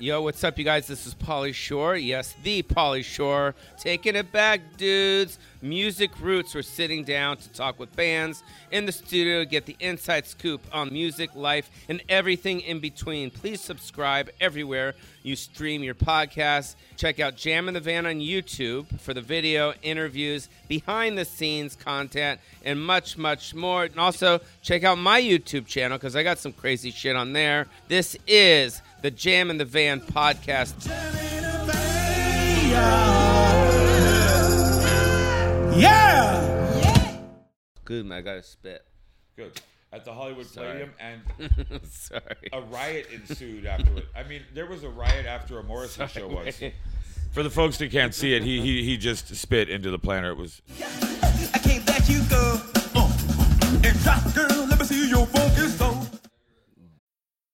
Yo, what's up, you guys? This is Polly Shore. Yes, the Polly Shore. Taking it back, dudes. Music Roots. We're sitting down to talk with bands in the studio, get the inside scoop on music, life, and everything in between. Please subscribe everywhere you stream your podcast. Check out Jam in the Van on YouTube for the video, interviews, behind the scenes content, and much, much more. And also, check out my YouTube channel because I got some crazy shit on there. This is the Jam in the Van podcast. Yeah! Good, man. I got to spit. Good. At the Hollywood Sorry. Palladium, and Sorry. a riot ensued afterward. I mean, there was a riot after a Morrison show once. For the folks that can't see it, he, he he just spit into the planner. It was I can't let you go. Uh, and drop, girl, let me see your funky soul.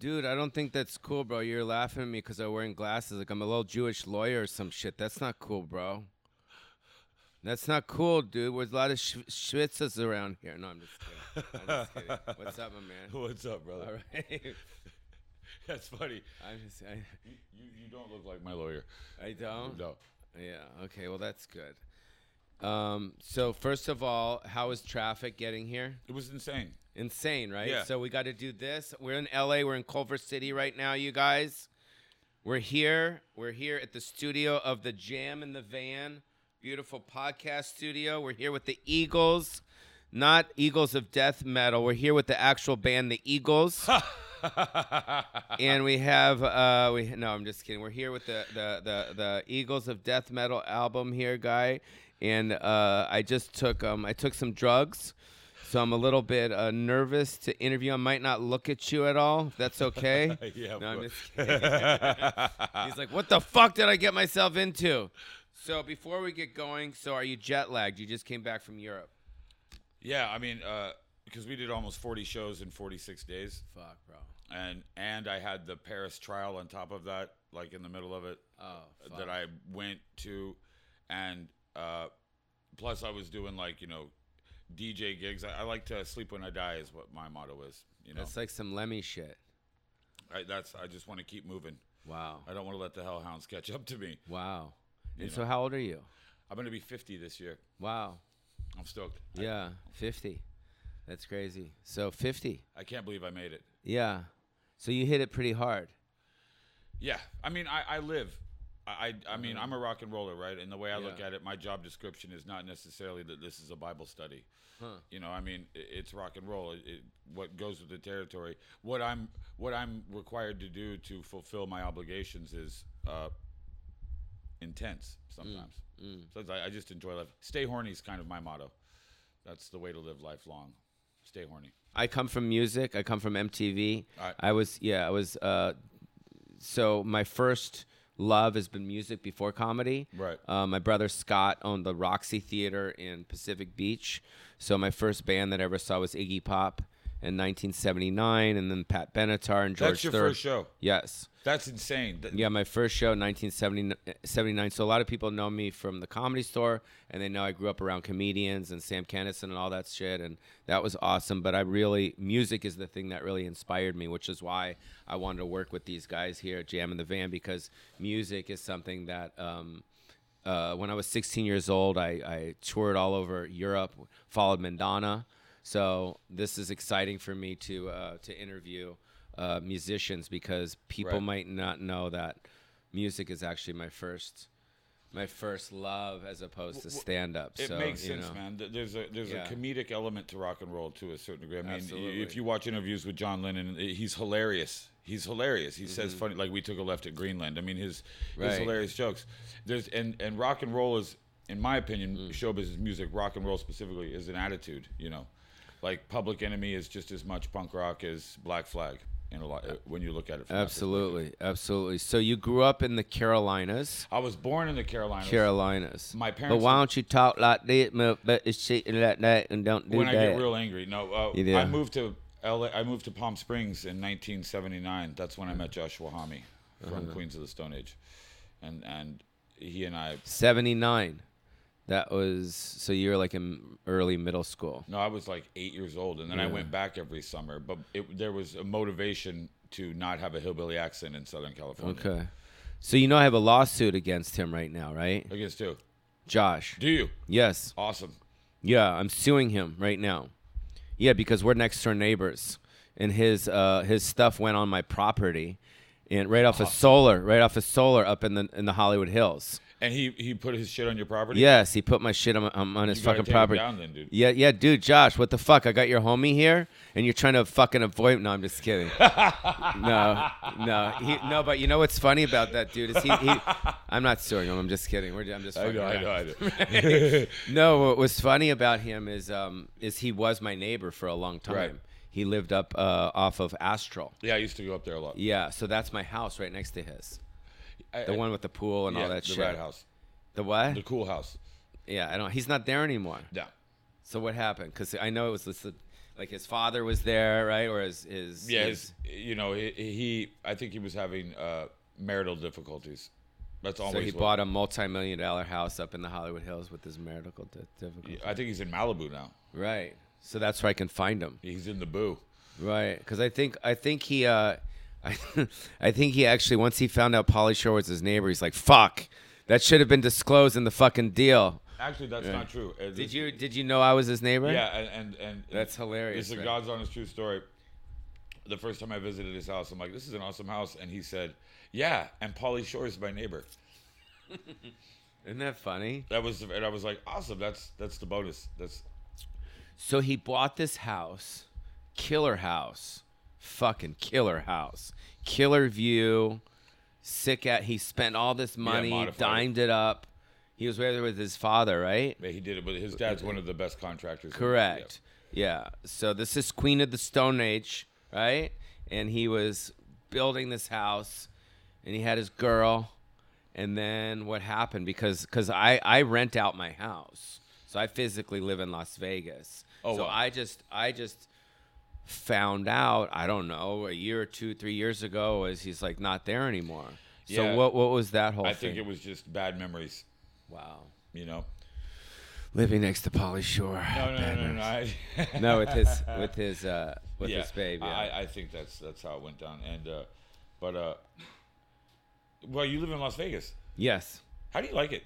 Dude, I don't think that's cool, bro. You're laughing at me because I'm wearing glasses. Like I'm a little Jewish lawyer or some shit. That's not cool, bro. That's not cool, dude. There's a lot of sh- schwitzes around here. No, I'm just kidding. I'm just kidding. What's up, my man? what's up, brother? All right. That's funny. I'm just, I, You, you don't look like my lawyer. I don't. No. Yeah. Okay. Well, that's good. Um, so first of all, how is traffic getting here? It was insane. Insane, right? Yeah. So we got to do this. We're in LA. We're in Culver City right now, you guys. We're here. We're here at the studio of the Jam in the Van, beautiful podcast studio. We're here with the Eagles, not Eagles of Death Metal. We're here with the actual band, the Eagles. and we have uh we no i'm just kidding we're here with the the the, the eagles of death metal album here guy and uh i just took um i took some drugs so i'm a little bit uh, nervous to interview i might not look at you at all if that's okay Yeah, of no i'm course. just kidding he's like what the fuck did i get myself into so before we get going so are you jet lagged you just came back from europe Yeah, I mean, uh, because we did almost 40 shows in 46 days, fuck bro and and I had the Paris trial on top of that, like in the middle of it, oh fuck. that I went to, and uh, plus I was doing like you know, DJ gigs. I, I like to sleep when I die is what my motto is. You know, that's like some lemmy shit I, that's I just want to keep moving. wow I don't want to let the hellhounds catch up to me. wow and so how old are you I'm gonna be 50 this year. wow I'm stoked. I- Yeah, 50. That's crazy. So 50. I, can't believe I made it. Yeah. So you hit it pretty hard. Yeah, I mean, I, I live. I, I, I mean, I'm a rock and roller, right? And the way I look Yeah. at it, my job description is not necessarily that this is a Bible study. You know, I mean, i it's rock and roll. It, it, what goes with the territory. What I'm, what I'm required to do to fulfill my obligations is uh, intense sometimes. Sometimes I, I just enjoy life. Stay horny is kind of my motto. That's the way to live life long. Stay horny. I come from music. I come from MTV. Alright. I was yeah, I was uh so my first love has been music before comedy. Right. Uh, my brother Scott owned the Roxy Theater in Pacific Beach. So my first band that I ever saw was Iggy Pop in 1979 and then Pat Benatar and George That's your Thorogood. first show. Yes. That's insane. Th- Yeah, my first show, 1979. So a lot of people know me from the comedy store, and they know I grew up around comedians and Sam Kennison and all that shit, and that was awesome. But I really, music is the thing that really inspired me, which is why I wanted to work with these guys here at Jam in the Van because music is something that. Um, uh, when I was 16 years old, I, I toured all over Europe, followed Mandana. So this is exciting for me to uh, to interview uh, musicians because people Right. might not know that music is actually my first my first love as opposed to stand up. It so makes you sense, know. man. Th- There's a there's Yeah. a comedic element to rock and roll to a certain degree. I mean, y- Absolutely. if you watch interviews with John Lennon, i- he's hilarious. He's hilarious. He says funny like we took a left at Greenland. I mean, his his Mm-hmm. Right. hilarious jokes. There's and and rock and roll is, in my opinion, Mm. show business music. Rock and roll specifically is an attitude. You know, like Public Enemy is just as much punk rock as Black Flag. in a lot uh, when you look at it. From that Absolutely, absolutely. So you grew up in the Carolinas. perspective. I was born in the Carolinas. Carolinas. My But parents- why don't you talk like this, move but it's cheating like that, and don't do when that? I get real angry. No, uh, You do. I moved to LA. I moved to Palm Springs in 1979. That's when I met Joshua Homme from Uh-huh. Queens of the Stone Age, and and he and I. Seventy-nine. That was so you were like in early middle school. No, I was like eight years old, and then I went back every summer. But it, there was a motivation to not have a hillbilly accent in Southern California. Okay. So you know I have a lawsuit against him right now, right? I guess too. Josh. Do you? Yes. Awesome. Yeah, I'm suing him right now. Yeah, because we're next door neighbors, and his uh, his stuff went on my property, and right off a solar, right off a solar up in the in the Hollywood Hills. And he he put his shit on your property. Yes, he put my shit on, on, on his You gotta fucking take him property. down then, dude. Yeah, yeah, dude, Josh, what the fuck? I got your homie here, and you're trying to fucking avoid. No, I'm just kidding. no, no, he, no. But you know what's funny about that, dude? Is he? he I'm not suing him. I'm just kidding. We're, I'm just. I fucking know, I around. know, I know. No, what was funny about him is um is he was my neighbor for a long time. Right. He lived up uh, off of Astral. yeah, I used to go up there a lot. Yeah, so that's my house right next to his. I- The I- one with the pool and yeah, all that the shit. rat house, The what? the cool house. yeah, I don't. He's not there anymore. Yeah. So what happened? Because I know it was listed, like his father was there, right? Or his his Yeah, his, you know, he, he I think he was having uh, marital difficulties. That's always so he what- bought a multi-million dollar house up in the Hollywood Hills with his marital di- difficulty. I think he's in Malibu now. Right. So that's where I can find him. He's in the boo. Right, because I think I think he uh, I, I think he actually once he found out Polly Shore was his neighbor, he's like, "Fuck, that should have been disclosed in the fucking deal." Actually, that's not true. Uh, Did this- you did you know I was his neighbor? Yeah, and and, and That's hilarious, This is a man. God's honest true story. The first time I visited his house, I'm like, "This is an awesome house," and he said, "Yeah." And Polly Shore is my neighbor. isn't that funny? That was, and I was like, "Awesome! That's that's the bonus. That's So he bought this house, killer house, fucking killer house, killer view, sick at. He spent all this money, modified it. dimed it up. He was there with his father, right? yeah, he did it. But his dad's one of the best contractors. in- Correct. Yeah. So this is Queen of the Stone Age, right? And he was building this house and he had his girl. And then what happened? Because cause I, I rent out my house. So I physically live in Las Vegas. Oh, so wow. I just I just found out, I don't know, a year or two, three years ago is he's like not there anymore. So Yeah. what what was that whole Yeah. I thing? think it was just bad memories. wow. You know? Living next to Polly Shore. No, no, no, no, no. I, No, with his with his uh with his babe. Yeah. I, I think that's that's how it went down. And uh, but uh, well, you live in Las Vegas. yes, How do you like it?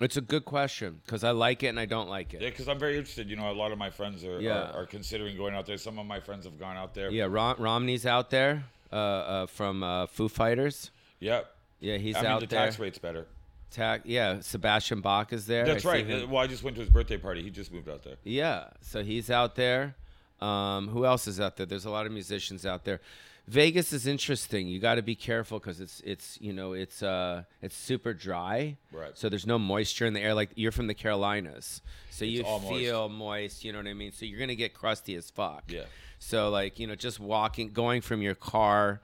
it's a good question because I like it and I don't like it. Yeah, because I'm very interested. You know, a lot of my friends are, Yeah. are are considering going out there. Some of my friends have gone out there. Yeah, Rom- Romney's out there uh, uh, from uh, Foo Fighters. yeah. Yeah, he's I mean, out the there. tax rate's better. Ta- yeah, Sebastian Bach is there. That's I see right. him. Uh, Well, I just went to his birthday party. He just moved out there. Yeah, so he's out there. Um, who else is out there? There's a lot of musicians out there. Vegas is interesting. You got to be careful because it's it's you know it's uh it's super dry. Right. So there's no moisture in the air. Like you're from the Carolinas, so you all moist. feel moist. You know what I mean. So you're gonna get crusty as fuck. Yeah. So like you know just walking, going from your car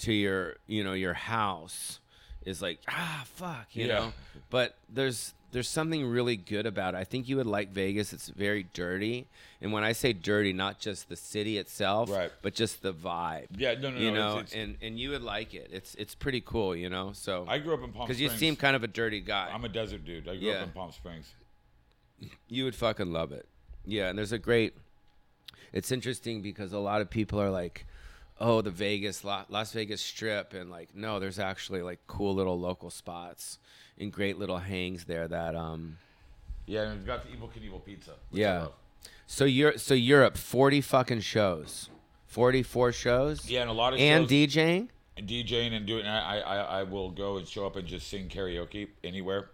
to your you know your house is like ah fuck you Yeah. know but there's there's something really good about it. I think you would like Vegas. It's very dirty, and when I say dirty, not just the city itself, Right. but just the vibe. Yeah, no, no, you no, it's- know, it's- and and you would like it. It's it's pretty cool, you know. So I grew up in Palm because Springs. you seem kind of a dirty guy, I'm a desert dude. I grew Yeah. up in Palm Springs. you would fucking love it. Yeah, and there's a great. It's interesting because a lot of people are like, "Oh, the Vegas La- Las Vegas Strip," and like, no, there's actually like cool little local spots and great little hangs there that um Yeah, and we've got the Evil Knievel pizza. which I Yeah. love. So you're so Europe, forty fucking shows, forty four shows. Yeah, and a lot of and shows- DJing. DJing and doing, I, I, I will go and show up and just sing karaoke anywhere.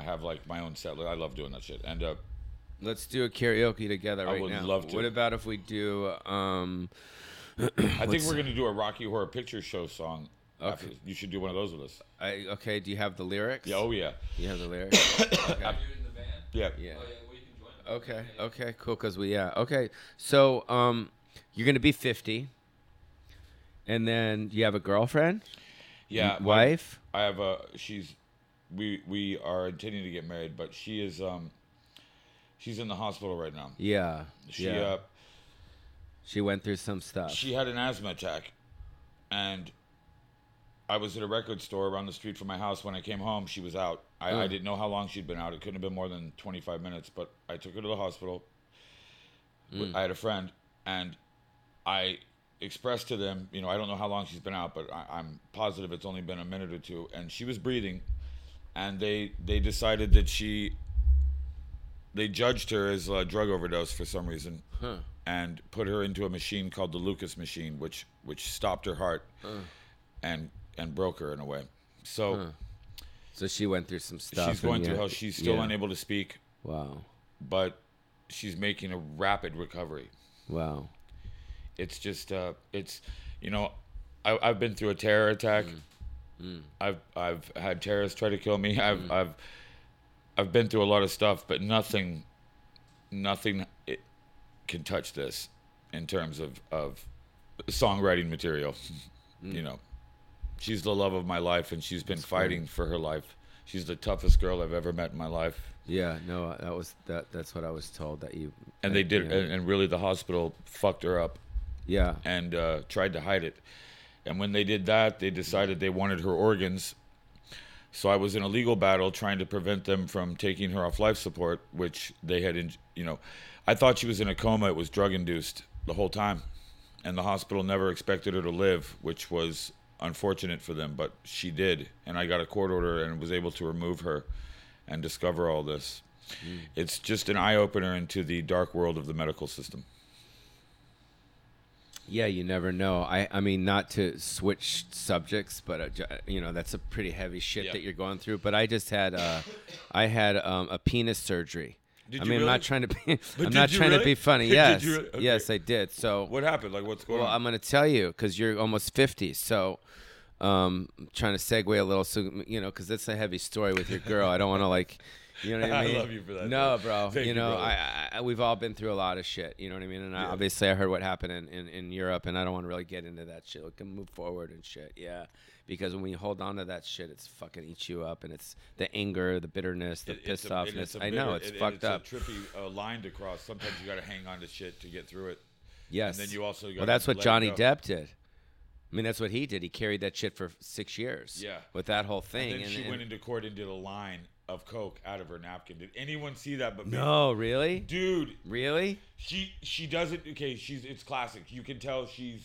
I have like my own set. list. I love doing that shit. And uh, Let's do a karaoke together right would now. love to. What about if we do? Um, I think we're gonna do a Rocky Horror Picture Show song. after- Okay. you should do one of those with us. I, okay, do you have the lyrics? Yeah, oh yeah, You have the lyrics. yeah. yeah. Okay. Okay. Cool. Cause we yeah. Okay. So um, You're gonna be 50, and then you have a girlfriend, Yeah, my- wife. I have a she's we we are intending to get married, but she is um she's in the hospital right now. Yeah, She yeah. uh she went through some stuff. she had an asthma attack and I was at a record store around the street from my house. When I came home, she was out. I, I Ugh. didn't know how long she'd been out. It couldn't have been more than 25 minutes, but I took her to the hospital. W- I had a friend, and I expressed to them, you know, I don't know how long she's been out, but I, I'm positive it's only been a minute or two. And she was breathing, and they they decided that she they judged her as a drug overdose for some reason and put her into a machine called the Lucas machine which which stopped her heart and and broke her in a way so so she went through some stuff. she's going and through you- hell she's still yeah. unable to speak Wow, but she's making a rapid recovery wow. it's just uh it's you know I, i've been through a terror attack i've i've had terrorists try to kill me i've i've i've been through a lot of stuff but nothing nothing it can touch this in terms of of songwriting material you know she's the love of my life and she's been fighting for her life she's the toughest girl i've ever met in my life Yeah, no, uh, that was that. That's what I was told that you. and they did Yeah, and, and really the hospital fucked her up yeah. and uh, tried to hide it. And when they did that, they decided they wanted her organs. So I was in a legal battle trying to prevent them from taking her off life support, which they had, in, you know, I thought she was in a coma. It was drug induced the whole time. And the hospital never expected her to live, which was unfortunate for them, but she did. And I got a court order and was able to remove her and discover all this. It's just an eye opener into the dark world of the medical system. Yeah, you never know. I, I mean, not to switch subjects, but uh, ju- you know that's a pretty heavy shit Yeah. that you're going through. But I just had, uh, I had um, a penis surgery. Did I you mean, I'm really? not trying to be, I'm did not you trying to really? be funny. Did you Yes, really? Okay. yes, I did. So What happened? Like, what's going well, on? I'm going to tell you because you're almost 50. So, um, I'm trying to segue a little, so you know, because that's a heavy story with your girl. I don't want to like, you know what I I mean? love you for that, No, dude. bro. Thank you you, know, brother. I, I we've all been through a lot of shit. You know what I mean? And I, obviously, I heard what happened in, in in Europe, and I don't want to really get into that shit. We can move forward and shit. Yeah. Because when we hold on to that shit, it's fucking eats you up, and it's the anger, the bitterness, the It- it's pissed a- and offness. a I know bitter- it's and- and fucked up. It's a trippy uh, line to cross. Sometimes you got to hang on to shit to get through it. Yes. then you also well, gotta that's what let it Johnny go. Depp did. I mean, that's what he did. He carried that shit for six years. Yeah. With that whole thing. And then and- she and- went into court and did a line of coke out of her napkin. Did anyone see that? But me? no, really, dude, really. she she doesn't. Okay, she's it's classic. You can tell she's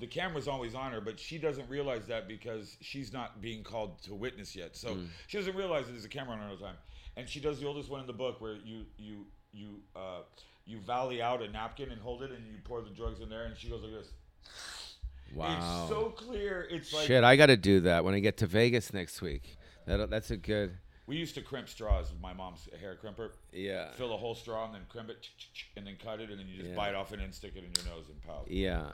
the camera's always on her, but she doesn't realize that because she's not being called to witness yet. So Hmm. she doesn't realize that there's a camera on her all the time. And she does the oldest one in the book where you you you uh, you valley out a napkin and hold it and you pour the drugs in there and she goes like this. Wow. It's so clear. It's like shit, I got to do that when I get to Vegas next week. That that's a good. we used to crimp straws with my mom's hair crimper. Yeah. Fill a whole straw and then crimp it and then cut it and then you just Yeah. bite off and then stick it in your nose and pow. Yeah.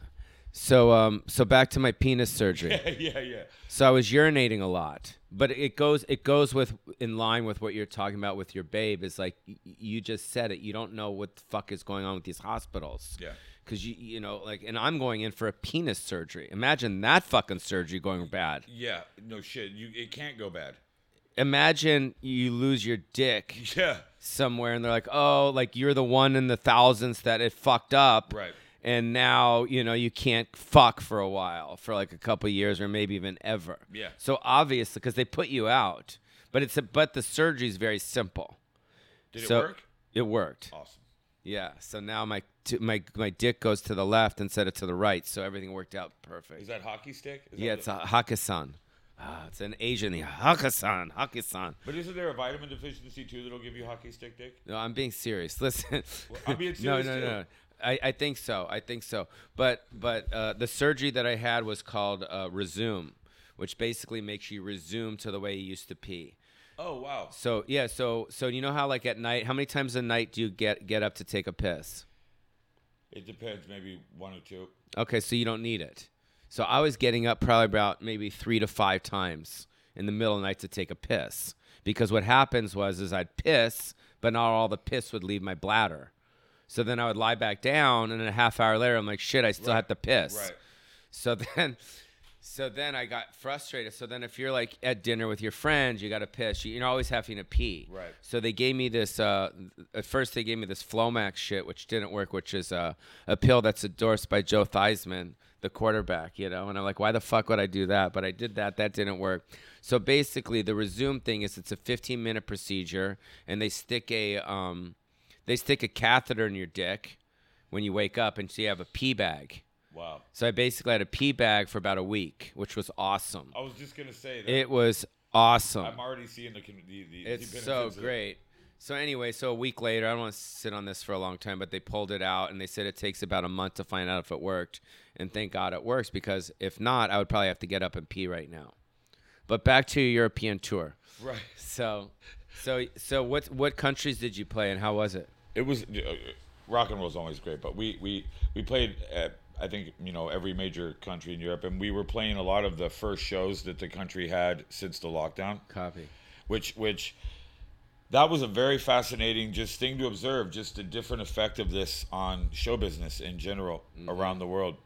So um, so back to my penis surgery. yeah, yeah. So I was urinating a lot, but it goes it goes with in line with what you're talking about with your babe is like y- y- you just said it. You don't know what the fuck is going on with these hospitals. Yeah. Cause you you know like and I'm going in for a penis surgery. Imagine that fucking surgery going bad. Yeah, no shit. You it can't go bad. Imagine you lose your dick Yeah, somewhere and they're like, oh, like you're the one in the thousands that it fucked up. Right. And now, you know, you can't fuck for a while, for like a couple years or maybe even ever. Yeah. So obviously, because they put you out, but it's a, but the surgery's very simple. did so it work? It worked. Awesome. Yeah. So now my t- my my dick goes to the left instead of to the right, so everything worked out perfect. Is that hockey stick? Is yeah, that it's the- a Hakkasan. Ah, it's an Asian Hakkasan, Hakkasan. But isn't there a vitamin deficiency too that'll give you hockey stick dick? No, I'm being serious. Listen. I'm being no, serious, no, too. no. I, I think so. I think so. But but uh, the surgery that I had was called uh, resume, which basically makes you resume to the way you used to pee. Oh wow. So yeah. So so you know how like at night, how many times a night do you get get up to take a piss? It depends. Maybe one or two. Okay, so you don't need it. So I was getting up probably about maybe three to five times in the middle of the night to take a piss because what happens was is I'd piss, but not all the piss would leave my bladder. So then I would lie back down, and then a half hour later, I'm like, shit, I still have to piss. Right. So then, so then I got frustrated. So then, if you're like at dinner with your friends, you got to piss. You- You're always having to pee. Right. So they gave me this. Uh, at first, they gave me this Flomax shit, which didn't work, which is uh, a pill that's endorsed by Joe Theismann, the quarterback. You know, and I'm like, why the fuck would I do that? But I did that. That didn't work. So basically, the resume thing is it's a 15 minute procedure, and they stick a um, they stick a catheter in your dick when you wake up, and so you have a pee bag. Wow. So I basically had a pee bag for about a week, which was awesome. I was just gonna say that It was awesome. I'm already seeing the con- the, the the It's benefits so of- great. So anyway, so a week later, I don't want to sit on this for a long time, but they pulled it out and they said it takes about a month to find out if it worked. And thank God it works because if not, I would probably have to get up and pee right now. But back to your European tour. Right. So, so, so what what countries did you play and how was it? It was uh, uh, rock and roll's always great, but we we we played at I think you know every major country in Europe, and we were playing a lot of the first shows that the country had since the lockdown. Copy. which which that was a very fascinating just thing to observe just the different effect of this on show business in general around the world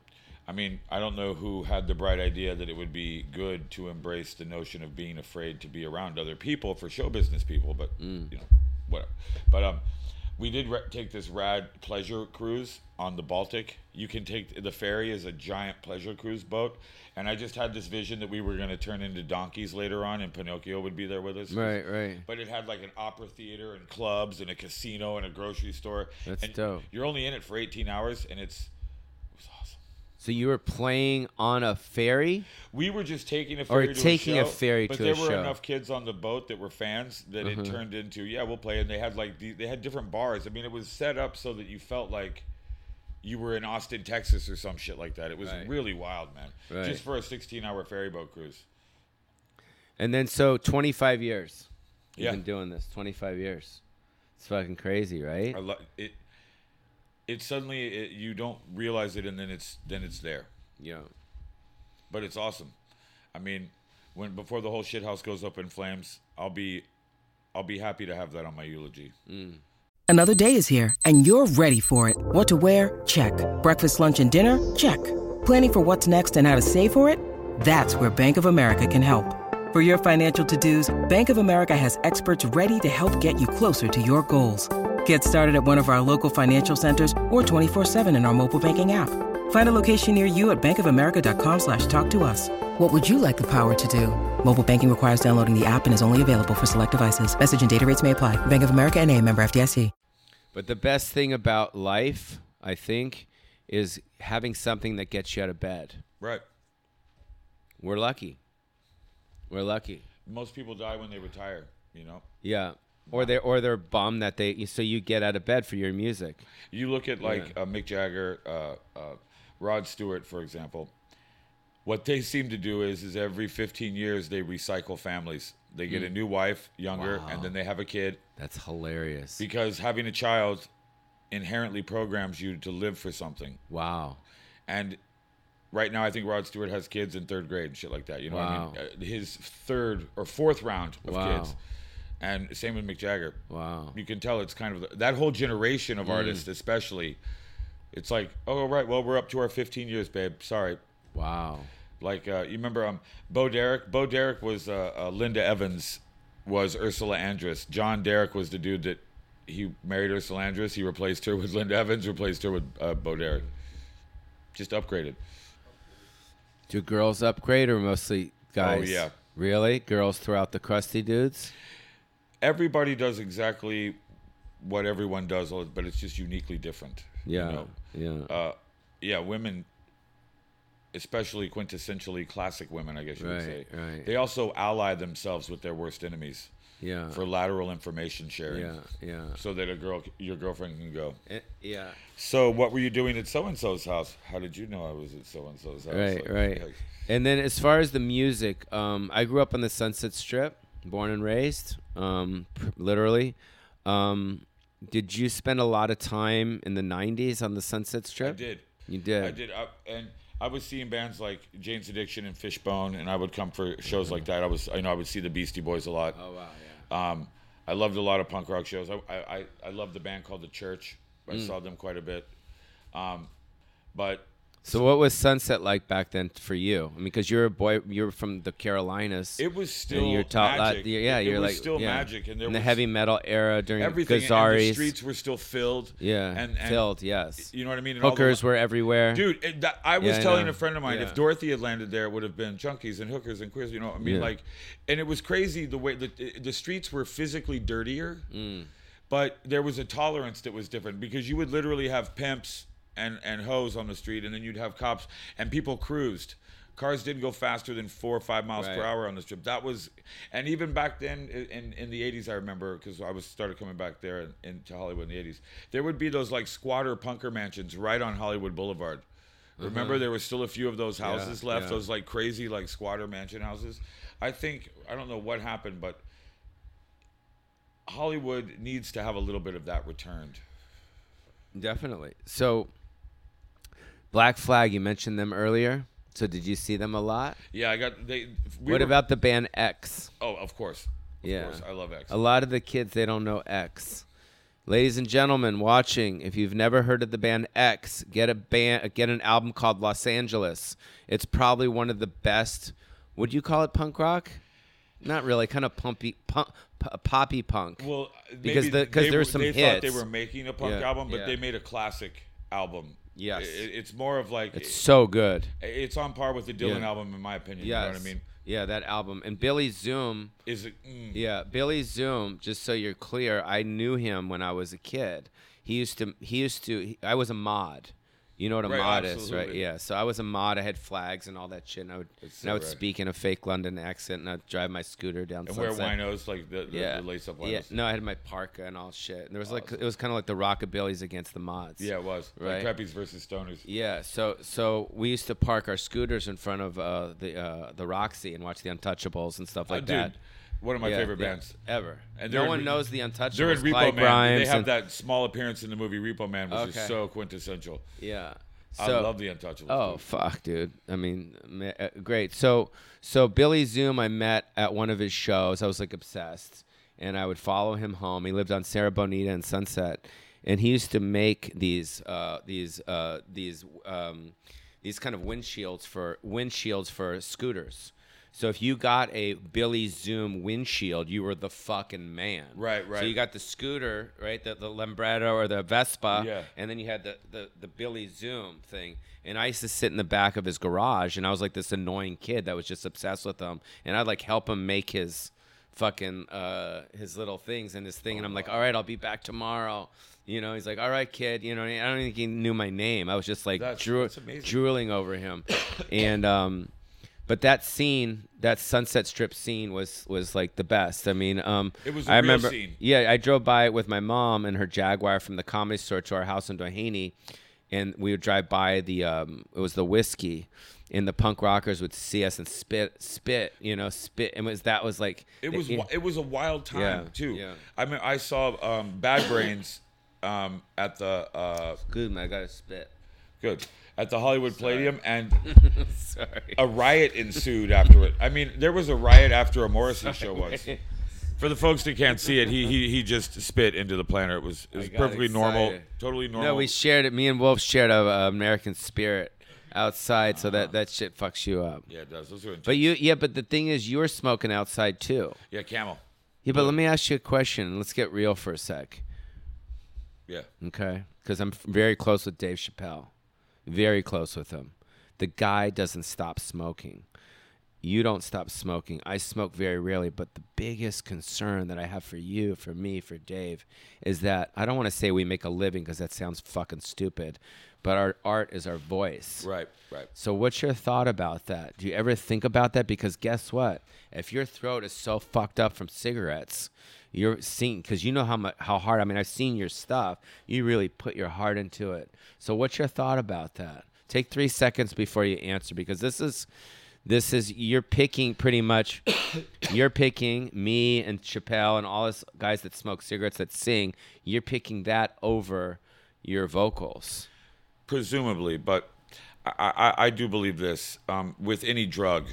i mean i don't know who had the bright idea that it would be good to embrace the notion of being afraid to be around other people for show business people but you know whatever but um we did re- take this rad pleasure cruise on the Baltic. You can take the ferry is a giant pleasure cruise boat, and I just had this vision that we were going to turn into donkeys later on, and Pinocchio would be there with us. Right, right. But it had like an opera theater and clubs and a casino and a grocery store. That's and dope. You're only in it for 18 hours, and it's it was awesome. So you were playing on a ferry? We were just taking a Or ferry to taking a, a show, ferry but to there a were show. Uh-huh. enough kids on the boat that were fans that it turned into yeah we'll play and they had like the, they had different bars. I mean it was set up so that you felt like you were in Austin, Texas or some shit like that. It was Right. really wild, man. Right. Just for a 16-hour ferry boat cruise. And then so 25 years. You've Yeah. been doing this 25 years. It's fucking crazy, right? I lo- it it suddenly it, you don't realize it and then it's then it's there. Yeah. but it's awesome. I mean, when before the whole shithouse goes up in flames, I'll be, I'll be happy to have that on my eulogy. Another day is here, and you're ready for it. What to wear? Check. Breakfast, lunch, and dinner? Check. Planning for what's next and how to save for it? That's where Bank of America can help. For your financial to-dos, Bank of America has experts ready to help get you closer to your goals. Get started at one of our local financial centers or 24-7 in our mobile banking app. Find a location near you at bankofamerica.com slash talk to us. What would you like the power to do? Mobile banking requires downloading the app and is only available for select devices. Message and data rates may apply. Bank of America and a member FDIC. But the best thing about life, I think, is having something that gets you out of bed. Right. We're lucky. We're lucky. Most people die when they retire. You know. Yeah. Or they or they're bummed that they so you get out of bed for your music. You look at like uh, Mick Jagger, uh, uh, Rod Stewart, for example. What they seem to do is, is every 15 years they recycle families. They get a new wife, younger, and then they have a kid, That's hilarious. because having a child inherently programs you to live for something. Wow. And right now, I think Rod Stewart has kids in third grade and shit like that. You know, Wow. what I mean, Uh, his third or fourth round of Wow. kids. And same with Mick Jagger. Wow. Mm. You can tell it's kind of that whole generation of artists, especially. It's like, oh right, well we're up to our 15 years, babe. Sorry. Wow. Like uh, you remember, um, Bo Derek. Bo Derek was uh, uh, Linda Evans, was Ursula Andress. John Derek was the dude that he married Ursula Andress. He replaced her with Linda Evans. Replaced her with uh, Bo Derek. Just upgraded. Do girls upgrade or mostly guys? Oh, yeah. Really? Girls throughout the crusty dudes? everybody does exactly what everyone does, uh, but it's just uniquely different. you Yeah. know? Yeah. Uh, yeah, women, especially quintessentially classic women, I guess you would say. Right, right. They also ally themselves with their worst enemies yeah. for lateral information sharing. yeah. Yeah. So that a girl, your girlfriend, can go. Eh, Yeah. So, what were you doing at so and so's house? How did you know I was at so and so's house? Right, Like, right. like- And then as far as the music, um, I grew up on the Sunset Strip, born and raised, um, pr- literally. Um, did you spend a lot of time in the '90s on the Sunset Strip? I did. You did. I did. I, and I was seeing bands like Jane's Addiction and Fishbone, and I would come for shows like that. I was, you know, I would see the Beastie Boys a lot. Oh wow, yeah. Um, I loved a lot of punk rock shows. I, I, I- I loved the band called The Church. I Mm. saw them quite a bit. Um, but So what was sunset like back then for you? I mean, because you're a boy, you're from the Carolinas. it was still and you're taught Lot, magic. yeah, It- it you're was like still yeah. magic, and there in the was heavy metal era during everything. and- And the Gazaris. streets were still filled. yeah, and, and filled. Yes, You know what I mean? And all the hookers li- were everywhere. Dude, it, that, I was Yeah, I telling know. a friend of mine Yeah. if Dorothy had landed there, it would have been junkies and hookers and queers. You know, what I mean, Yeah. like, and it was crazy the way the the streets were physically dirtier, Mm. but there was a tolerance that was different because you would literally have pimps and and hoes on the street, and then you'd have cops and people cruised. Cars didn't go faster than four or five miles per Right. hour on the strip. That was, and even back then i- in, in the 80s, I remember because I was started coming back there in- into Hollywood in the 80s. There would be those like squatter punker mansions right on Hollywood Boulevard. Remember, there was still a few of those houses left, Mm-hmm. yeah. those like crazy like squatter mansion houses. I think I don't know what happened, but Hollywood needs to have a little bit of that returned. Definitely. So, Black Flag, you mentioned them earlier. So did you see them a lot? Yeah, I got they. We what were- about the band X? Oh, of course. Of Yeah. course. I love X. A lot of the kids they don't know X. Ladies and gentlemen watching, if you've never heard of the band X, get a band get an album called Los Angeles. It's probably one of the best. Would you call it punk rock? Not really, kind of pumpy punk, p- poppy punk. Well, uh, Because maybe the- 'cause they there were were- some they thought they hits. were making a punk Yeah, album, but yeah. they made a classic album. Yes. I- I- it's more of like it's it's, so good. on par with the Dylan Yeah. album, in my opinion. Yes. You know what I mean? Yeah, that album. And Billy Zoom, Is it? Mm, Yeah, Billy Zoom. Just so you're clear, I knew him when I was a kid. He used to. He used to. he- I was a mod. You know what a Right, mod is, right? absolutely. Yeah. So I was a mod. I had flags and all that shit, and I would and so I would rad. speak in a fake London accent, and I'd drive my scooter down. and wear Sunset. winos like the, the, Yeah. the lace up winos. yeah. No, I had my parka and all shit. And there was like it was kind of like the rockabillys against the mods. Yeah, it was. Right. Like Crappies versus Stoners. Yeah, so so we used to park our scooters in front of uh, the uh, the Roxy and watch the Untouchables and stuff Uh, like dude, that. one of my Yeah, favorite yeah, bands. ever. And no they're in one Re- knows the Untouchables. They're in Repo Clyde Man. Grimes they have and- that small appearance in the movie Repo Man, which Okay. is so quintessential. Yeah. I So- love the Untouchables. Oh dude. fuck, dude. I mean, ma- uh, great. So so Billy Zoom, I met at one of his shows. I was like obsessed, and I would follow him home. He lived on Sarah Bonita and Sunset, and he used to make these uh, these uh, these um, these kind of windshields for windshields for scooters. So if you got a Billy Zoom windshield, you were the fucking man. Right, So right. you got the scooter, right? The, the Lambretta or the Vespa. Yeah. And then you had the, the, the Billy Zoom thing. And I used to sit in the back of his garage and I was like this annoying kid that was just obsessed with him. And I'd like help him make his fucking uh his little things and his thing and I'm like, All right, I'll be back tomorrow. You know, he's like, All right, kid, you know, I don't think he knew my name. I was just like That's- drew, that's amazing. drooling over him. and um but that scene, that Sunset Strip scene, was was like the best. I mean, um, It was I a real remember, scene. yeah, I drove by it with my mom and her Jaguar from the comedy store to our house in Doheny, and we would drive by the um, it was the whiskey, and the punk rockers would see us and spit, spit, you know, spit, and was that was like It was wi- it was a wild time Yeah, too. yeah. I mean, I saw um, Bad Brains um, at the uh, good. man, I gotta spit. good at the Hollywood Palladium, and Sorry. a riot ensued after it. I mean, there was a riot after a Morrissey show once. For the folks that can't see it, he he, he just spit into the planter. It was it was got perfectly normal, excited. totally normal. No, we shared it. Me and Wolf shared a, a American Spirit outside, so Ah. that that shit fucks you up. yeah, it does. Those were But you, yeah, but the thing is, you were smoking outside too. yeah, camel. Yeah, but let me ask you a question. Let's get real for a sec, Yeah, okay? Because I'm f- very close with Dave Chappelle, very close with him. The guy doesn't stop smoking. You don't stop smoking. I smoke very rarely, but the biggest concern that I have for you, for me, for Dave, is that I don't want to say we make a living because that sounds fucking stupid, but our art is our voice. right, right. So what's your thought about that? Do you ever think about that? Because guess what? If your throat is so fucked up from cigarettes, you're seeing because you know how much how hard. I mean, I've seen your stuff. You really put your heart into it. So what's your thought about that? Take three seconds before you answer because this is this is you're picking pretty much you're picking me and Chappelle and all us guys that smoke cigarettes that sing. You're picking that over your vocals. presumably, but I, I, I do believe this. Um, with any drug,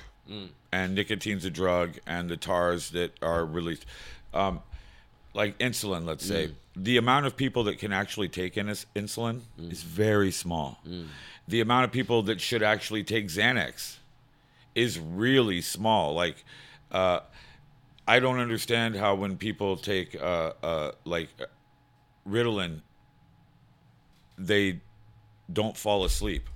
and nicotine's a drug, and the tars that are released, um, like insulin, let's say, the amount of people that can actually take in is- insulin is very small. The amount of people that should actually take Xanax is really small. Like, uh, I don't understand how when people take uh, uh, like uh, Ritalin, they don't fall asleep.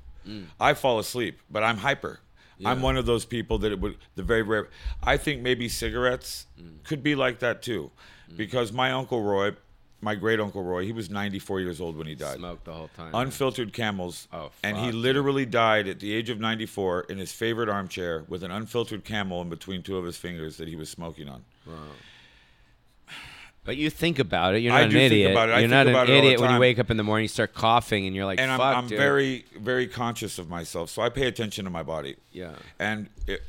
I fall asleep, but I'm hyper. I'm one of those people that it would the very rare. I think maybe cigarettes could be like that too, because my uncle Roy, my great uncle Roy, he was 94 years old when he died. Smoked the whole time. Unfiltered camels, Oh, and he fuck, literally died at the age of 94 in his favorite armchair with an unfiltered camel in between two of his fingers that he was smoking on. but you think about it. You're I not an do think idiot. about it. I You're think not about an it all the idiot when you time. wake up in the morning, you start coughing, and you're like, and I'm, "Fuck, I'm dude." very very conscious of myself so i pay attention to my body Yeah. and it,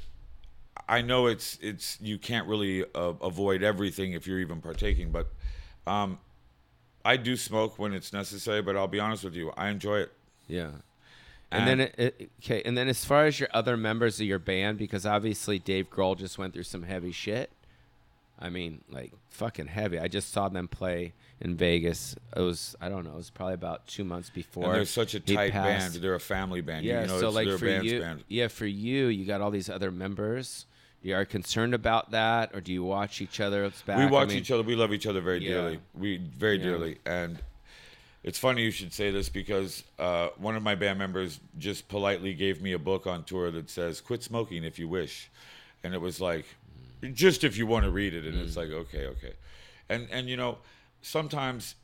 i know it's it's you can't really uh, avoid everything if you're even partaking but um i do smoke when it's necessary but i'll be honest with you i enjoy it Yeah. And then it, it, okay, and then as far as your other members of your band, because obviously Dave Grohl just went through some heavy shit. I mean, like fucking heavy. I just saw them play in Vegas. It was I don't know. It was probably about two months before. and they're such a he tight band passed. they're a family band Yeah. you know so it's like their for band's you, band yeah, for you, you got all these other members. You are concerned about that, or do you watch each other's back? we watch I mean, each other we love each other very Yeah. dearly we very dearly and it's funny you should say this because uh, one of my band members just politely gave me a book on tour that says quit smoking if you wish and it was like just if you want to read it and Mm. it's like okay okay and and you know sometimes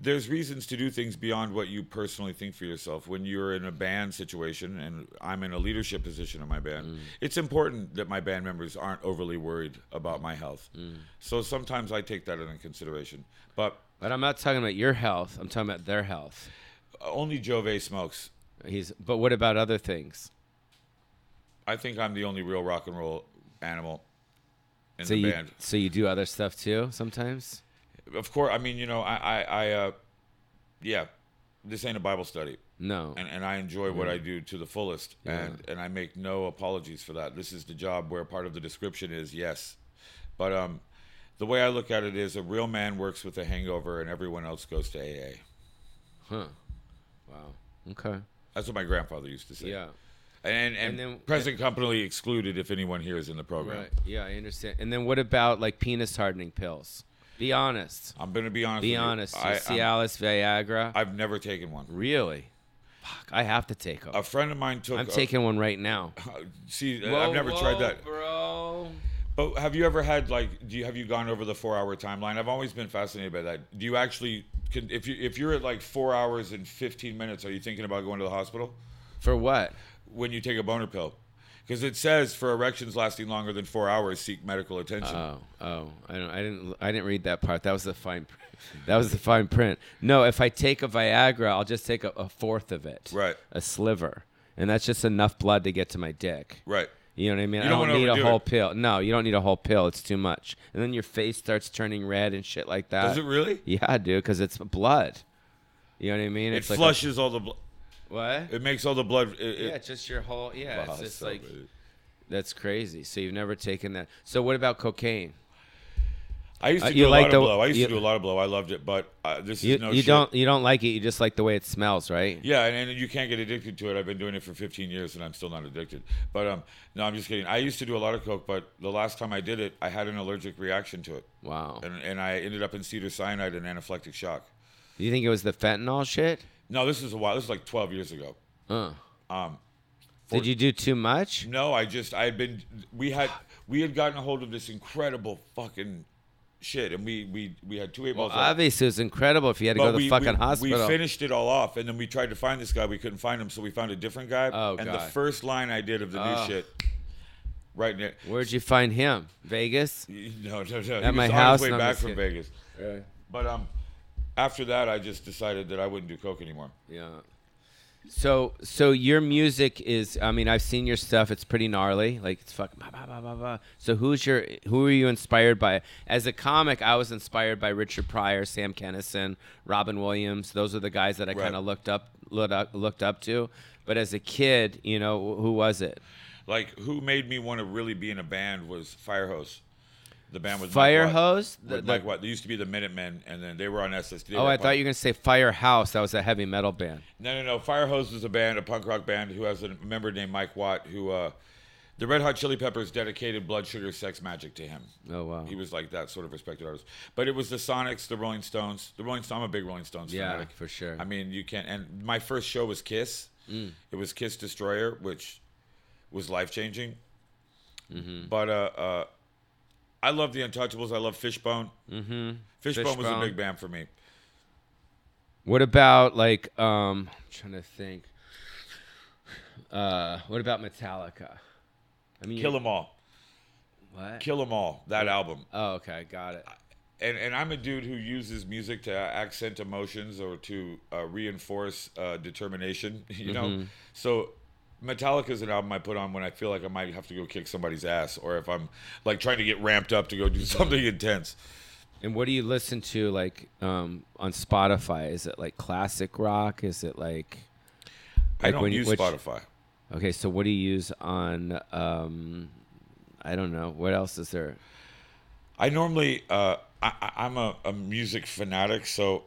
there's reasons to do things beyond what you personally think for yourself. When you're in a band situation, and I'm in a leadership position in my band, Mm. it's important that my band members aren't overly worried about my health. Mm. So sometimes I take that into consideration. But But I'm not talking about your health. I'm talking about their health. only Jove smokes. He's. But what about other things? I think I'm the only real rock and roll animal in So the you, band. so you do other stuff too sometimes. Of course, I mean, you know, I, I, I uh, yeah, this ain't a Bible study. No. and, and I enjoy what I do to the fullest, and and I make no apologies for that. This is the job where part of the description is yes, but um, the way I look at it is a real man works with a hangover, and everyone else goes to AA. wow. Okay. That's what my grandfather used to say. Yeah. and and, And then- present company excluded if anyone here is in the program. Right. Yeah, I understand. And then what about like penis hardening pills? Be honest. I'm gonna be honest. Be with honest. You. I, I'm- Cialis, Viagra. I've never taken one. really? Fuck. I have to take them. A friend of mine took. I'm a- taking one right now. See, Whoa, I've never whoa, tried that. bro. But have you ever had like? Do you have you gone over the four-hour timeline? I've always been fascinated by that. Do you actually? Can, if you if you're at like four hours and fifteen minutes, are you thinking about going to the hospital For what? when you take a boner pill? Because it says for erections lasting longer than four hours, seek medical attention. Oh, oh, I don't, I didn't, I didn't read that part. That was the fine, print. that was the fine print. No, if I take a Viagra, I'll just take a, a fourth of it, Right. A sliver, and that's just enough blood to get to my dick, right. You know what I mean? You I don't don't wanna need a overdo whole it. pill. No, you don't need a whole pill. It's too much. And then your face starts turning red and shit like that. Does it really? Yeah, dude, because it's blood. You know what I mean? It it's like a- flushes all the. Bl- what? it makes all the blood. It, it- yeah, it's just your whole. Yeah, Wow, it's just so like weird. that's crazy. So you've never taken that. So what about cocaine? I used Uh, to you do a like lot the- of blow. I used you- to do a lot of blow. I loved it, but uh, this You, is no. you shit. don't you don't like it. You just like the way it smells, right? Yeah, and, and you can't get addicted to it. I've been doing it for 15 years, and I'm still not addicted. But um, no, I'm just kidding. I used to do a lot of coke, but the last time I did it, I had an allergic reaction to it, Wow. and and I ended up in cedar cyanide and anaphylactic shock. Do you think it was the fentanyl shit? No, this is a while. This is like 12 years ago. Uh. Um, Did you do too much? no, I just I had been we had we had gotten a hold of this incredible fucking shit, and we we we had two eight balls. left. Obviously, it's incredible if you had to go to the fucking hospital. We finished it all off, and then we tried to find this guy. We couldn't find him, so we found a different guy. Oh, and the God. first line I did of the Oh. new shit, right in it. Where'd you find him? Vegas. No, no, no. At he my was house, and on his way I'm back just from kidding. Vegas. But um, after that, I just decided that I wouldn't do coke anymore. Yeah. So so your music is I mean I've seen your stuff it's pretty gnarly like it's fucking bah, bah, bah, bah, bah. so who's your who are you inspired by as a comic I was inspired by Richard Pryor Sam Kennison Robin Williams those are the guys that I Right. kind of looked up looked up looked up to but as a kid you know who was it Like, who made me want to really be in a band was Firehose. The band was Mike Fire Watt- hose? with The- the- Mike Watt. They used to be the Minutemen, and then they were on SSD. They Oh, were I punk- thought you were gonna say Firehouse. That was a heavy metal band. No, no, no. Firehose was a band, a punk rock band, who has a member named Mike Watt, who uh, the Red Hot Chili Peppers dedicated Blood Sugar Sex Magic to him. Oh, wow. He was like that sort of respected artist. But it was the Sonics, the Rolling Stones. The Rolling Stones, I'm a big Rolling Stones Yeah, fanatic. for sure. Mm. I mean, you can't. And my first show was Kiss. It was Kiss Destroyer, which was life changing. Mm-hmm. But uh, uh, I love the Untouchables. I love Fishbone. Mm-hmm. Fishbone, was a Fishbone. big band for me. What about like um I'm trying to think. Uh what about Metallica? I mean Kill 'Em All. What? Kill 'Em All. That album. oh, okay, got it. and and I'm a dude who uses music to uh, accent emotions or to uh, reinforce uh, determination. You Mm-hmm. know, so Metallica is an album I put on when I feel like I might have to go kick somebody's ass, or if I'm like trying to get ramped up to go do something intense. And what do you listen to like um on Spotify? Is it like classic rock? Is it like I Like don't when you- use which- Spotify. Okay, so what do you use on um I don't know, what else is there? I normally uh, I, I- I'm a, a music fanatic, so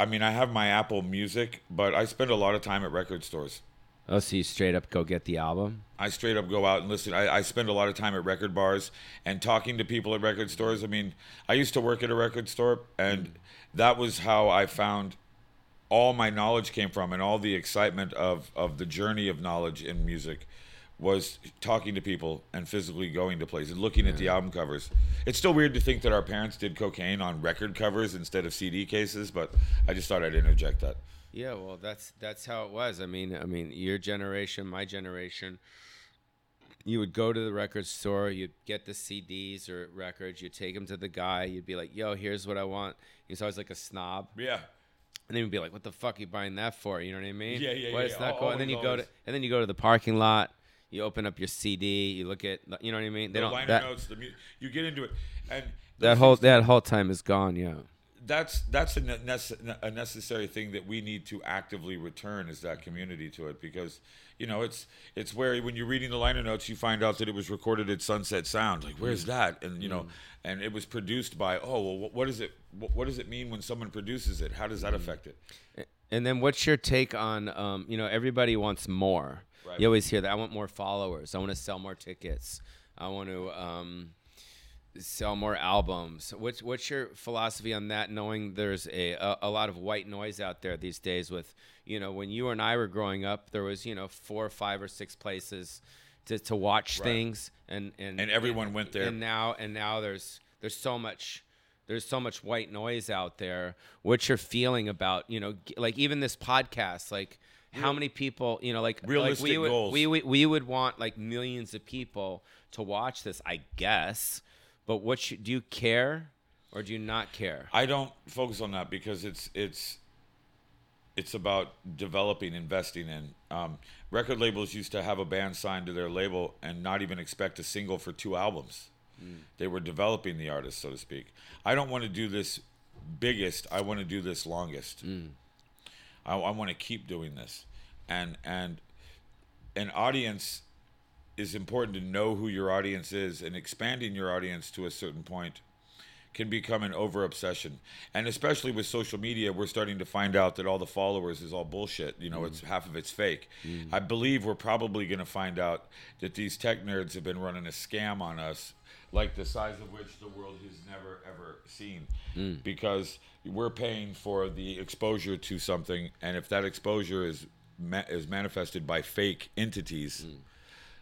I mean I have my Apple Music, but I spend a lot of time at record stores. Oh, so you straight up go get the album? I straight up go out and listen. I, I spend a lot of time at record bars and talking to people at record stores. I mean, I used to work at a record store, and that was how I found all my knowledge came from, and all the excitement of of the journey of knowledge in music was talking to people and physically going to places and looking at the album covers. It's still weird to think that our parents did cocaine on record covers instead of CD cases, but I just thought I'd interject that. Yeah, well, that's that's how it was. I mean, I mean, your generation, my generation, you would go to the record store, you'd get the CDs or records, you'd take them to the guy, you'd be like, "Yo, here's what I want." He was always like a snob, Yeah. and then you'd be like, "What the fuck you buying that for?" You know what I mean? Yeah, yeah, Why yeah, is that al- cool? And then you always, go to always. and then you go to the parking lot, you open up your CD, you look at, you know what I mean? They The don't liner that notes, the mu- you get into it, and that whole that whole time is gone. Yeah. that's that's a, ne- nece- a necessary thing that we need to actively return is that community to it because you know it's it's where when you're reading the liner notes you find out that it was recorded at Sunset Sound like where's that and you know and it was produced by oh well wh- what is it wh- what does it mean when someone produces it how does that affect it And then what's your take on, um, you know, everybody wants more. Right. You always hear that. I want more followers. I want to sell more tickets. I want to um, sell more albums. What's what's your philosophy on that? Knowing there's a, a a lot of white noise out there these days. With you know, when you and I were growing up, there was you know four, or five, or six places to, to watch things, and and And everyone went there. And now and now there's there's so much there's so much white noise out there what's your feeling about you know g- like even this podcast like how many people you know like like we Realistic would goals. we would we would want like millions of people to watch this i guess but what should, do you care or do you not care I don't focus on that because it's it's it's about developing, investing in. Um, record labels used to have a band signed to their label and not even expect a single for two albums. They were developing the artist, so to speak. I don't want to do this biggest. I want to do this longest. I, I want to keep doing this, and and an audience is important to know who your audience is and expanding your audience to a certain point can become an over obsession. And especially with social media, we're starting to find out that all the followers is all bullshit. You know, it's half of it's fake. I believe we're probably going to find out that these tech nerds have been running a scam on us, like the size of which the world has never ever seen, because we're paying for the exposure to something, and if that exposure is ma- is manifested by fake entities.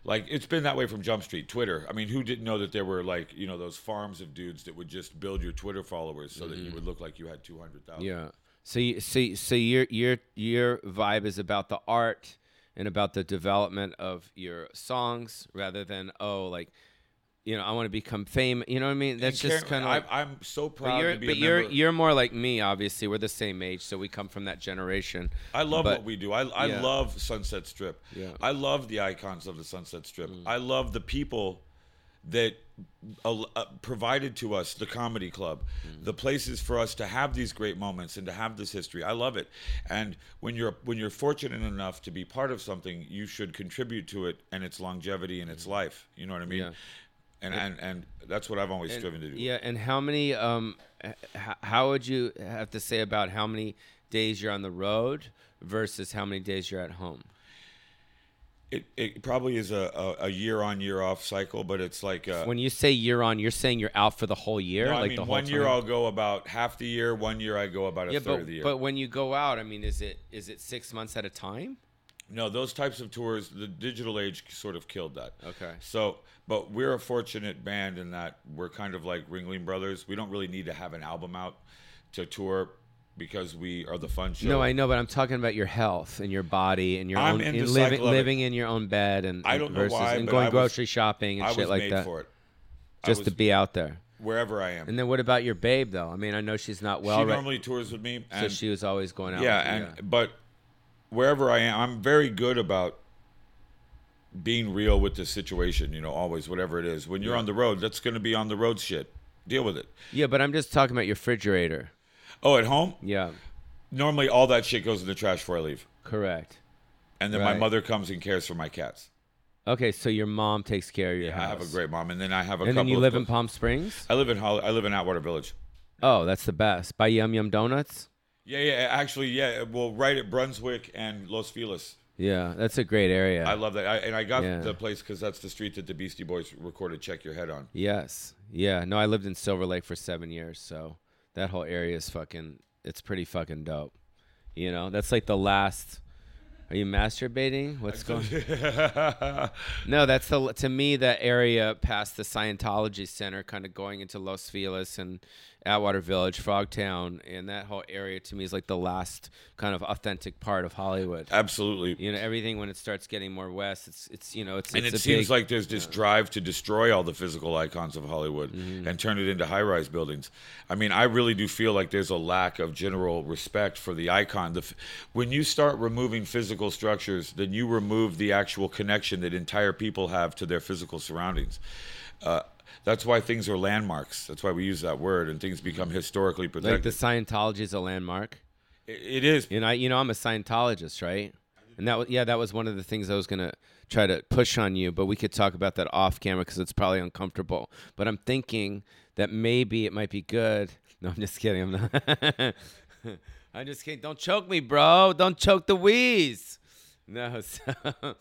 Like it's been that way from Jump Street, Twitter. I mean, who didn't know that there were like you know those farms of dudes that would just build your Twitter followers so that you would look like you had two hundred thousand. Mm-hmm. yeah so you so, you- so your your your vibe is about the art and about the development of your songs rather than oh like you know i want to become famous you know what i mean that's just kind of like, I'm so proud But you're, to be but a you're, member. you're more like me, obviously. We're the same age, so we come from that generation. I love but- what we do. I, I Yeah. love Sunset Strip. Yeah. Mm. I love the icons of the Sunset Strip. I love the people that al- uh, provided to us the comedy club, Mm. the places for us to have these great moments and to have this history. I love it. And when you're when you're fortunate enough to be Mm. part of something, you should contribute to it and its longevity and its life. You know what I mean? and and and that's what I've always striven to do. Yeah, and how many? Um, h- h- how would you have to say about how many days you're on the road versus how many days you're at home? It, it probably is a, a, a year on year off cycle, but it's like uh, When you say year on, you're saying you're out for the whole year, no, like I mean the whole one year time? I'll go about half the year, one year I go about a yeah, third but of the year. but when you go out, I mean, is it is it six months at a time? No, those types of tours, the digital age sort of killed that. Okay. So, but we're a fortunate band in that we're kind of like Ringling Brothers. We don't really need to have an album out to tour because we are the fun show. No, I know, but I'm talking about your health and your body and your I'm own in and the living, cycle of it. living in your own bed and I don't know versus, why, and but going I was- grocery shopping and I shit was like made that, for it. I just to was- be out there. Wherever I am. And then what about your babe though? I mean, I know she's not well she right. normally tours with me. so And she was always going out. yeah, with you, and but wherever I am, I'm very good about being real with the situation. You know, always whatever it is. When you're on the road, that's going to be on the road shit. Deal with it. yeah, but I'm just talking about your refrigerator. Oh, at home, Yeah, normally all that shit goes in the trash before I leave. correct. And then Right. my mother comes and cares for my cats. Okay, so your mom takes care of your Yeah, house. I have a great mom, and then I have a And couple. then you of live in close- Palm Springs. I live in Holly. I live in Atwater Village. Oh, that's the best. By Yum Yum Donuts. Yeah, yeah. Actually, yeah. Well, right at Brunswick and Los Feliz. Yeah, that's a great area. I love that. I, and I got Yeah. the place because that's the street that the Beastie Boys recorded "Check Your Head" on. Yes. Yeah. No, I lived in Silver Lake for seven years, so that whole area is fucking. It's pretty fucking dope. You know, that's like the last. Are you masturbating? What's going? no, that's the to me that area past the Scientology Center, kind of going into Los Feliz and Atwater Village, Frogtown, and that whole area to me is like the last kind of authentic part of Hollywood. Absolutely. You know, everything when it starts getting more west, it's it's you know it's and it's it a seems big, like there's this drive to destroy all the physical icons of Hollywood Mm-hmm. and turn it into high-rise buildings. I mean, I really do feel like there's a lack of general respect for the icon. The f- when you start removing physical structures, then you remove the actual connection that entire people have to their physical surroundings. Uh, that's why things are landmarks. That's why we use that word, and things become historically Mm-hmm. like protected. the Scientology is a landmark. It- it is. You know, I, you know, I'm a Scientologist, right? And that, was, yeah, that was one of the things I was gonna try to push on you, but we could talk about that off camera because it's probably uncomfortable. But I'm thinking that maybe it might be good. No, I'm just kidding. I'm not. I'm just kidding. Don't choke me, bro. Don't choke the wheeze. No, so,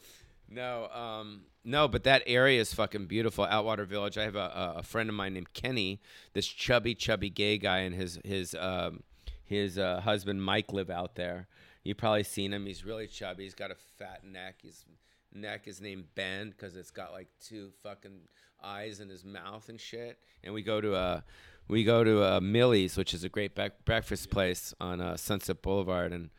no, um, no. But that area is fucking beautiful. Outwater Village. I have a, a- a friend of mine named Kenny, this chubby, chubby gay guy, and his his um, his uh, husband Mike live out there. You probably seen him. He's really chubby. He's got a fat neck. His neck is named Ben because it's got like two fucking eyes in his mouth and shit. And we go to a we go to uh Millie's, which is a great back breakfast place on uh, Sunset Boulevard, and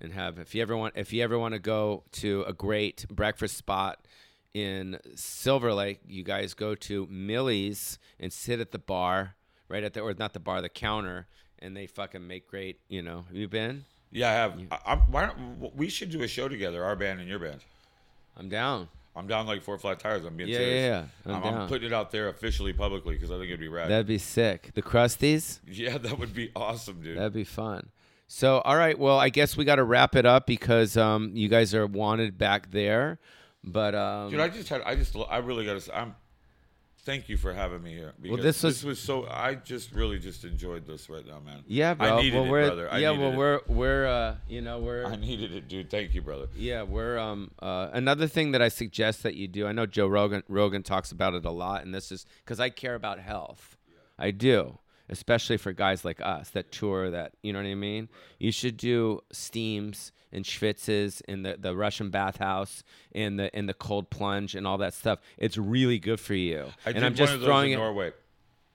and have if you ever want if you ever want to go to a great breakfast spot in Silver Lake, you guys go to Millie's and sit at the bar right at the or not the bar the counter and they fucking make great you know have you been Yeah, I have. I, I'm, why don't, we should do a show together, our band and your band. I'm down I'm down like four flat tires. I'm being Yeah, serious. yeah, yeah. I'm I'm, I'm down. putting it out there officially, publicly, because I think it'd be rad. that'd be sick the crusties yeah, that would be awesome, dude. that'd be fun so all right well I guess we got to wrap it up because um you guys are wanted back there but um dude, I just had, I just, I really gotta say, I'm. Thank you for having me here. Because this was- this was so. I just really just enjoyed this right now, man. yeah bro I needed well it, we're brother. I yeah needed well it. we're we're uh you know we're I needed it, dude. Thank you, brother. Yeah, we're um uh, another thing that I suggest that you do. I know Joe Rogan Rogan talks about it a lot, and this is because I care about health. I do, especially for guys like us that tour. That you know what I mean. You should do steams and schwitzes and the, the Russian bathhouse and the and the cold plunge and all that stuff. It's really good for you. I and did I'm just one of those throwing in it. Norway.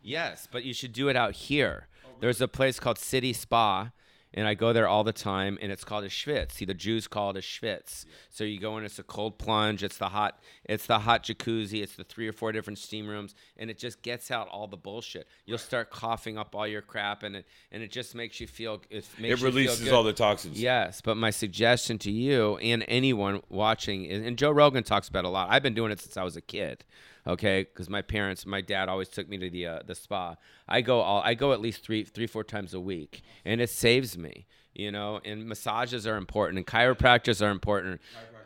Yes, but you should do it out here. There's a place called City Spa, and I go there all the time, and it's called a schwitz. See, the Jews call it a schwitz. So you go in, it's a cold plunge, it's the hot, it's the hot jacuzzi, it's the three or four different steam rooms, and it just gets out all the bullshit. You'll start coughing up all your crap, and it and it just makes you feel. It, makes It you feel releases good. all the toxins. Yes, but my suggestion to you and anyone watching, is, and Joe Rogan talks about it a lot. I've been doing it since I was a kid, okay? Because my parents, my dad always took me to the uh, the spa. I go all, I go at least three, three, four times a week, and it saves me, you know. And massages are important, and chiropractors are important,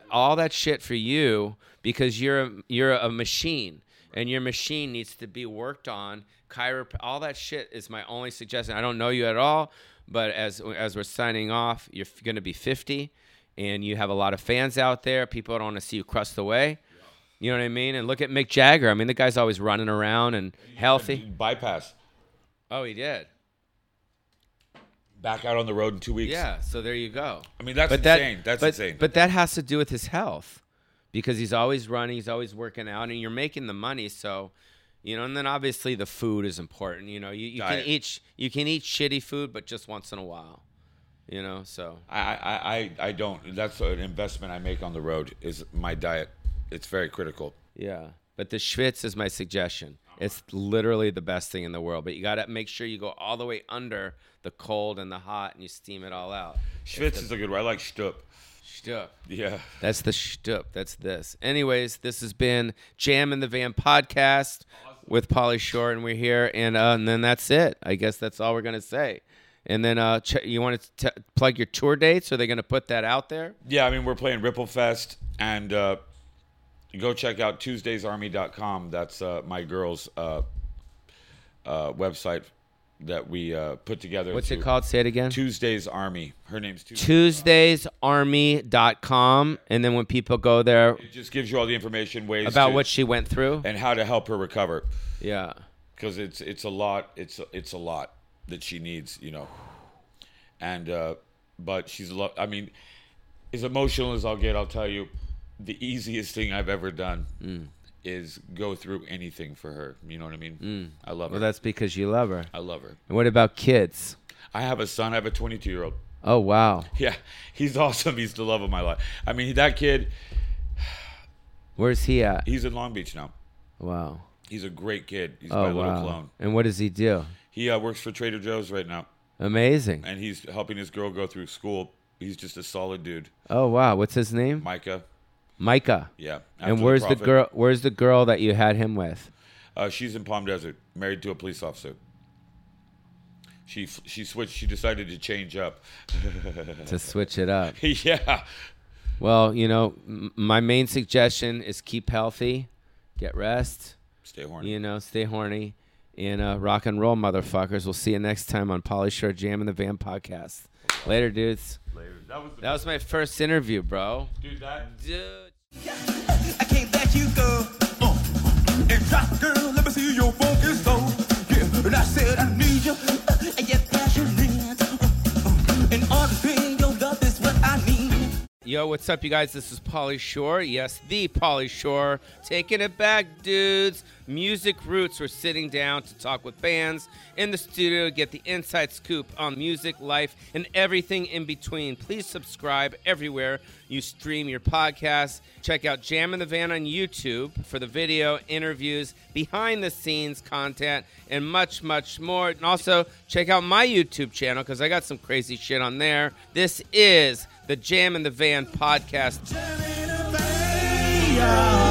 all that shit for you because you're a, you're a machine. and your machine needs to be worked on. Chirop- all that shit is my only suggestion. I don't know you at all, but as as we're signing off, you're going to be 50, and you have a lot of fans out there. People don't want to see you crust the way. You know what I mean? And look at Mick Jagger. I mean, the guy's always running around and healthy. Bypass. Oh, he did. Back out on the road in two weeks. Yeah. So there you go. I mean, that's but that, insane. that's but, insane. But that has to do with his health because he's always running, he's always working out, and you're making the money. So, you know, and then obviously the food is important. You know, you, you can Diet. eat sh- you can eat shitty food, but just once in a while. You know, so I, I, I, I don't. That's an investment I make on the road is my diet. It's very critical. yeah. But the Schwitz is my suggestion. It's literally the best thing in the world. But you gotta make sure you go all the way under the cold and the hot, and you steam it all out. Schwitz is a good one. I like Stupp. Stuff. Yeah. That's the shtup. That's this. Anyways, this has been Jam in the Van podcast with Polly Shore, and we're here, and uh, and then that's it. I guess that's all we're gonna say. And then uh, ch- you want to t- plug your tour dates? Are they gonna put that out there? Yeah, I mean, we're playing Ripple Fest, and uh, go check out TuesdaysArmy.com. That's uh, my girl's uh, uh, website that we uh, put together. What's it to- called? Say it again. Tuesdays Army. Her name's Tuesday. TuesdaysArmy.com, and then when people go there, it just gives you all the information, ways about to- what she went through. and how to help her recover, Yeah. because it's it's a lot. It's it's a lot that she needs, you know. And uh, but she's a lot. I mean, as emotional as I'll get, I'll tell you, the easiest thing I've ever done. Mm. Is go through anything for her. You know what I mean? I Mm. love her. Well, that's because you love her. I love her. And what about kids? I have a son. I have a 22 year old. Oh wow. Yeah, he's awesome. He's the love of my life. I mean, that kid. Where's he at? He's in Long Beach now. Wow. He's a great kid. He's Oh my little wow. clone. And what does he do? He uh, works for Trader Joe's right now, Amazing. and he's helping his girl go through school. He's just a solid dude, Oh wow, what's his name? Micah. Micah. Yeah. after and where's the, Prophet. girl? Where's the girl that you had him with? Uh, she's in Palm Desert, married to a police officer. She f- she switched. She decided to change up. To switch it up. yeah. Well, you know, m- my main suggestion is keep healthy, get rest, Stay horny. you know, stay horny, and uh, rock and roll, motherfuckers. We'll see you next time on Polly Shore Jam in the Van podcast. Later, dudes. Later. That was, that was my first interview, bro. Dude, that. Dude. I can't let you go. Uh, and drop, girl, let me see your funky soul. Yeah, and I said I need you. Uh, and you're passionate. Uh, uh, and honestly, your love is what I need. Yo, what's up, you guys? This is Polly Shore. Yes, the Polly Shore. Taking it back, dudes. Music Roots. We're sitting down to talk with bands in the studio, get the inside scoop on music, life, and everything in between. Please subscribe everywhere you stream your podcast. Check out Jam in the Van on YouTube for the video, interviews, behind the scenes content, and much, much more. And also, check out my YouTube channel because I got some crazy shit on there. This is the Jam in the Van podcast. Jam in the van, yeah.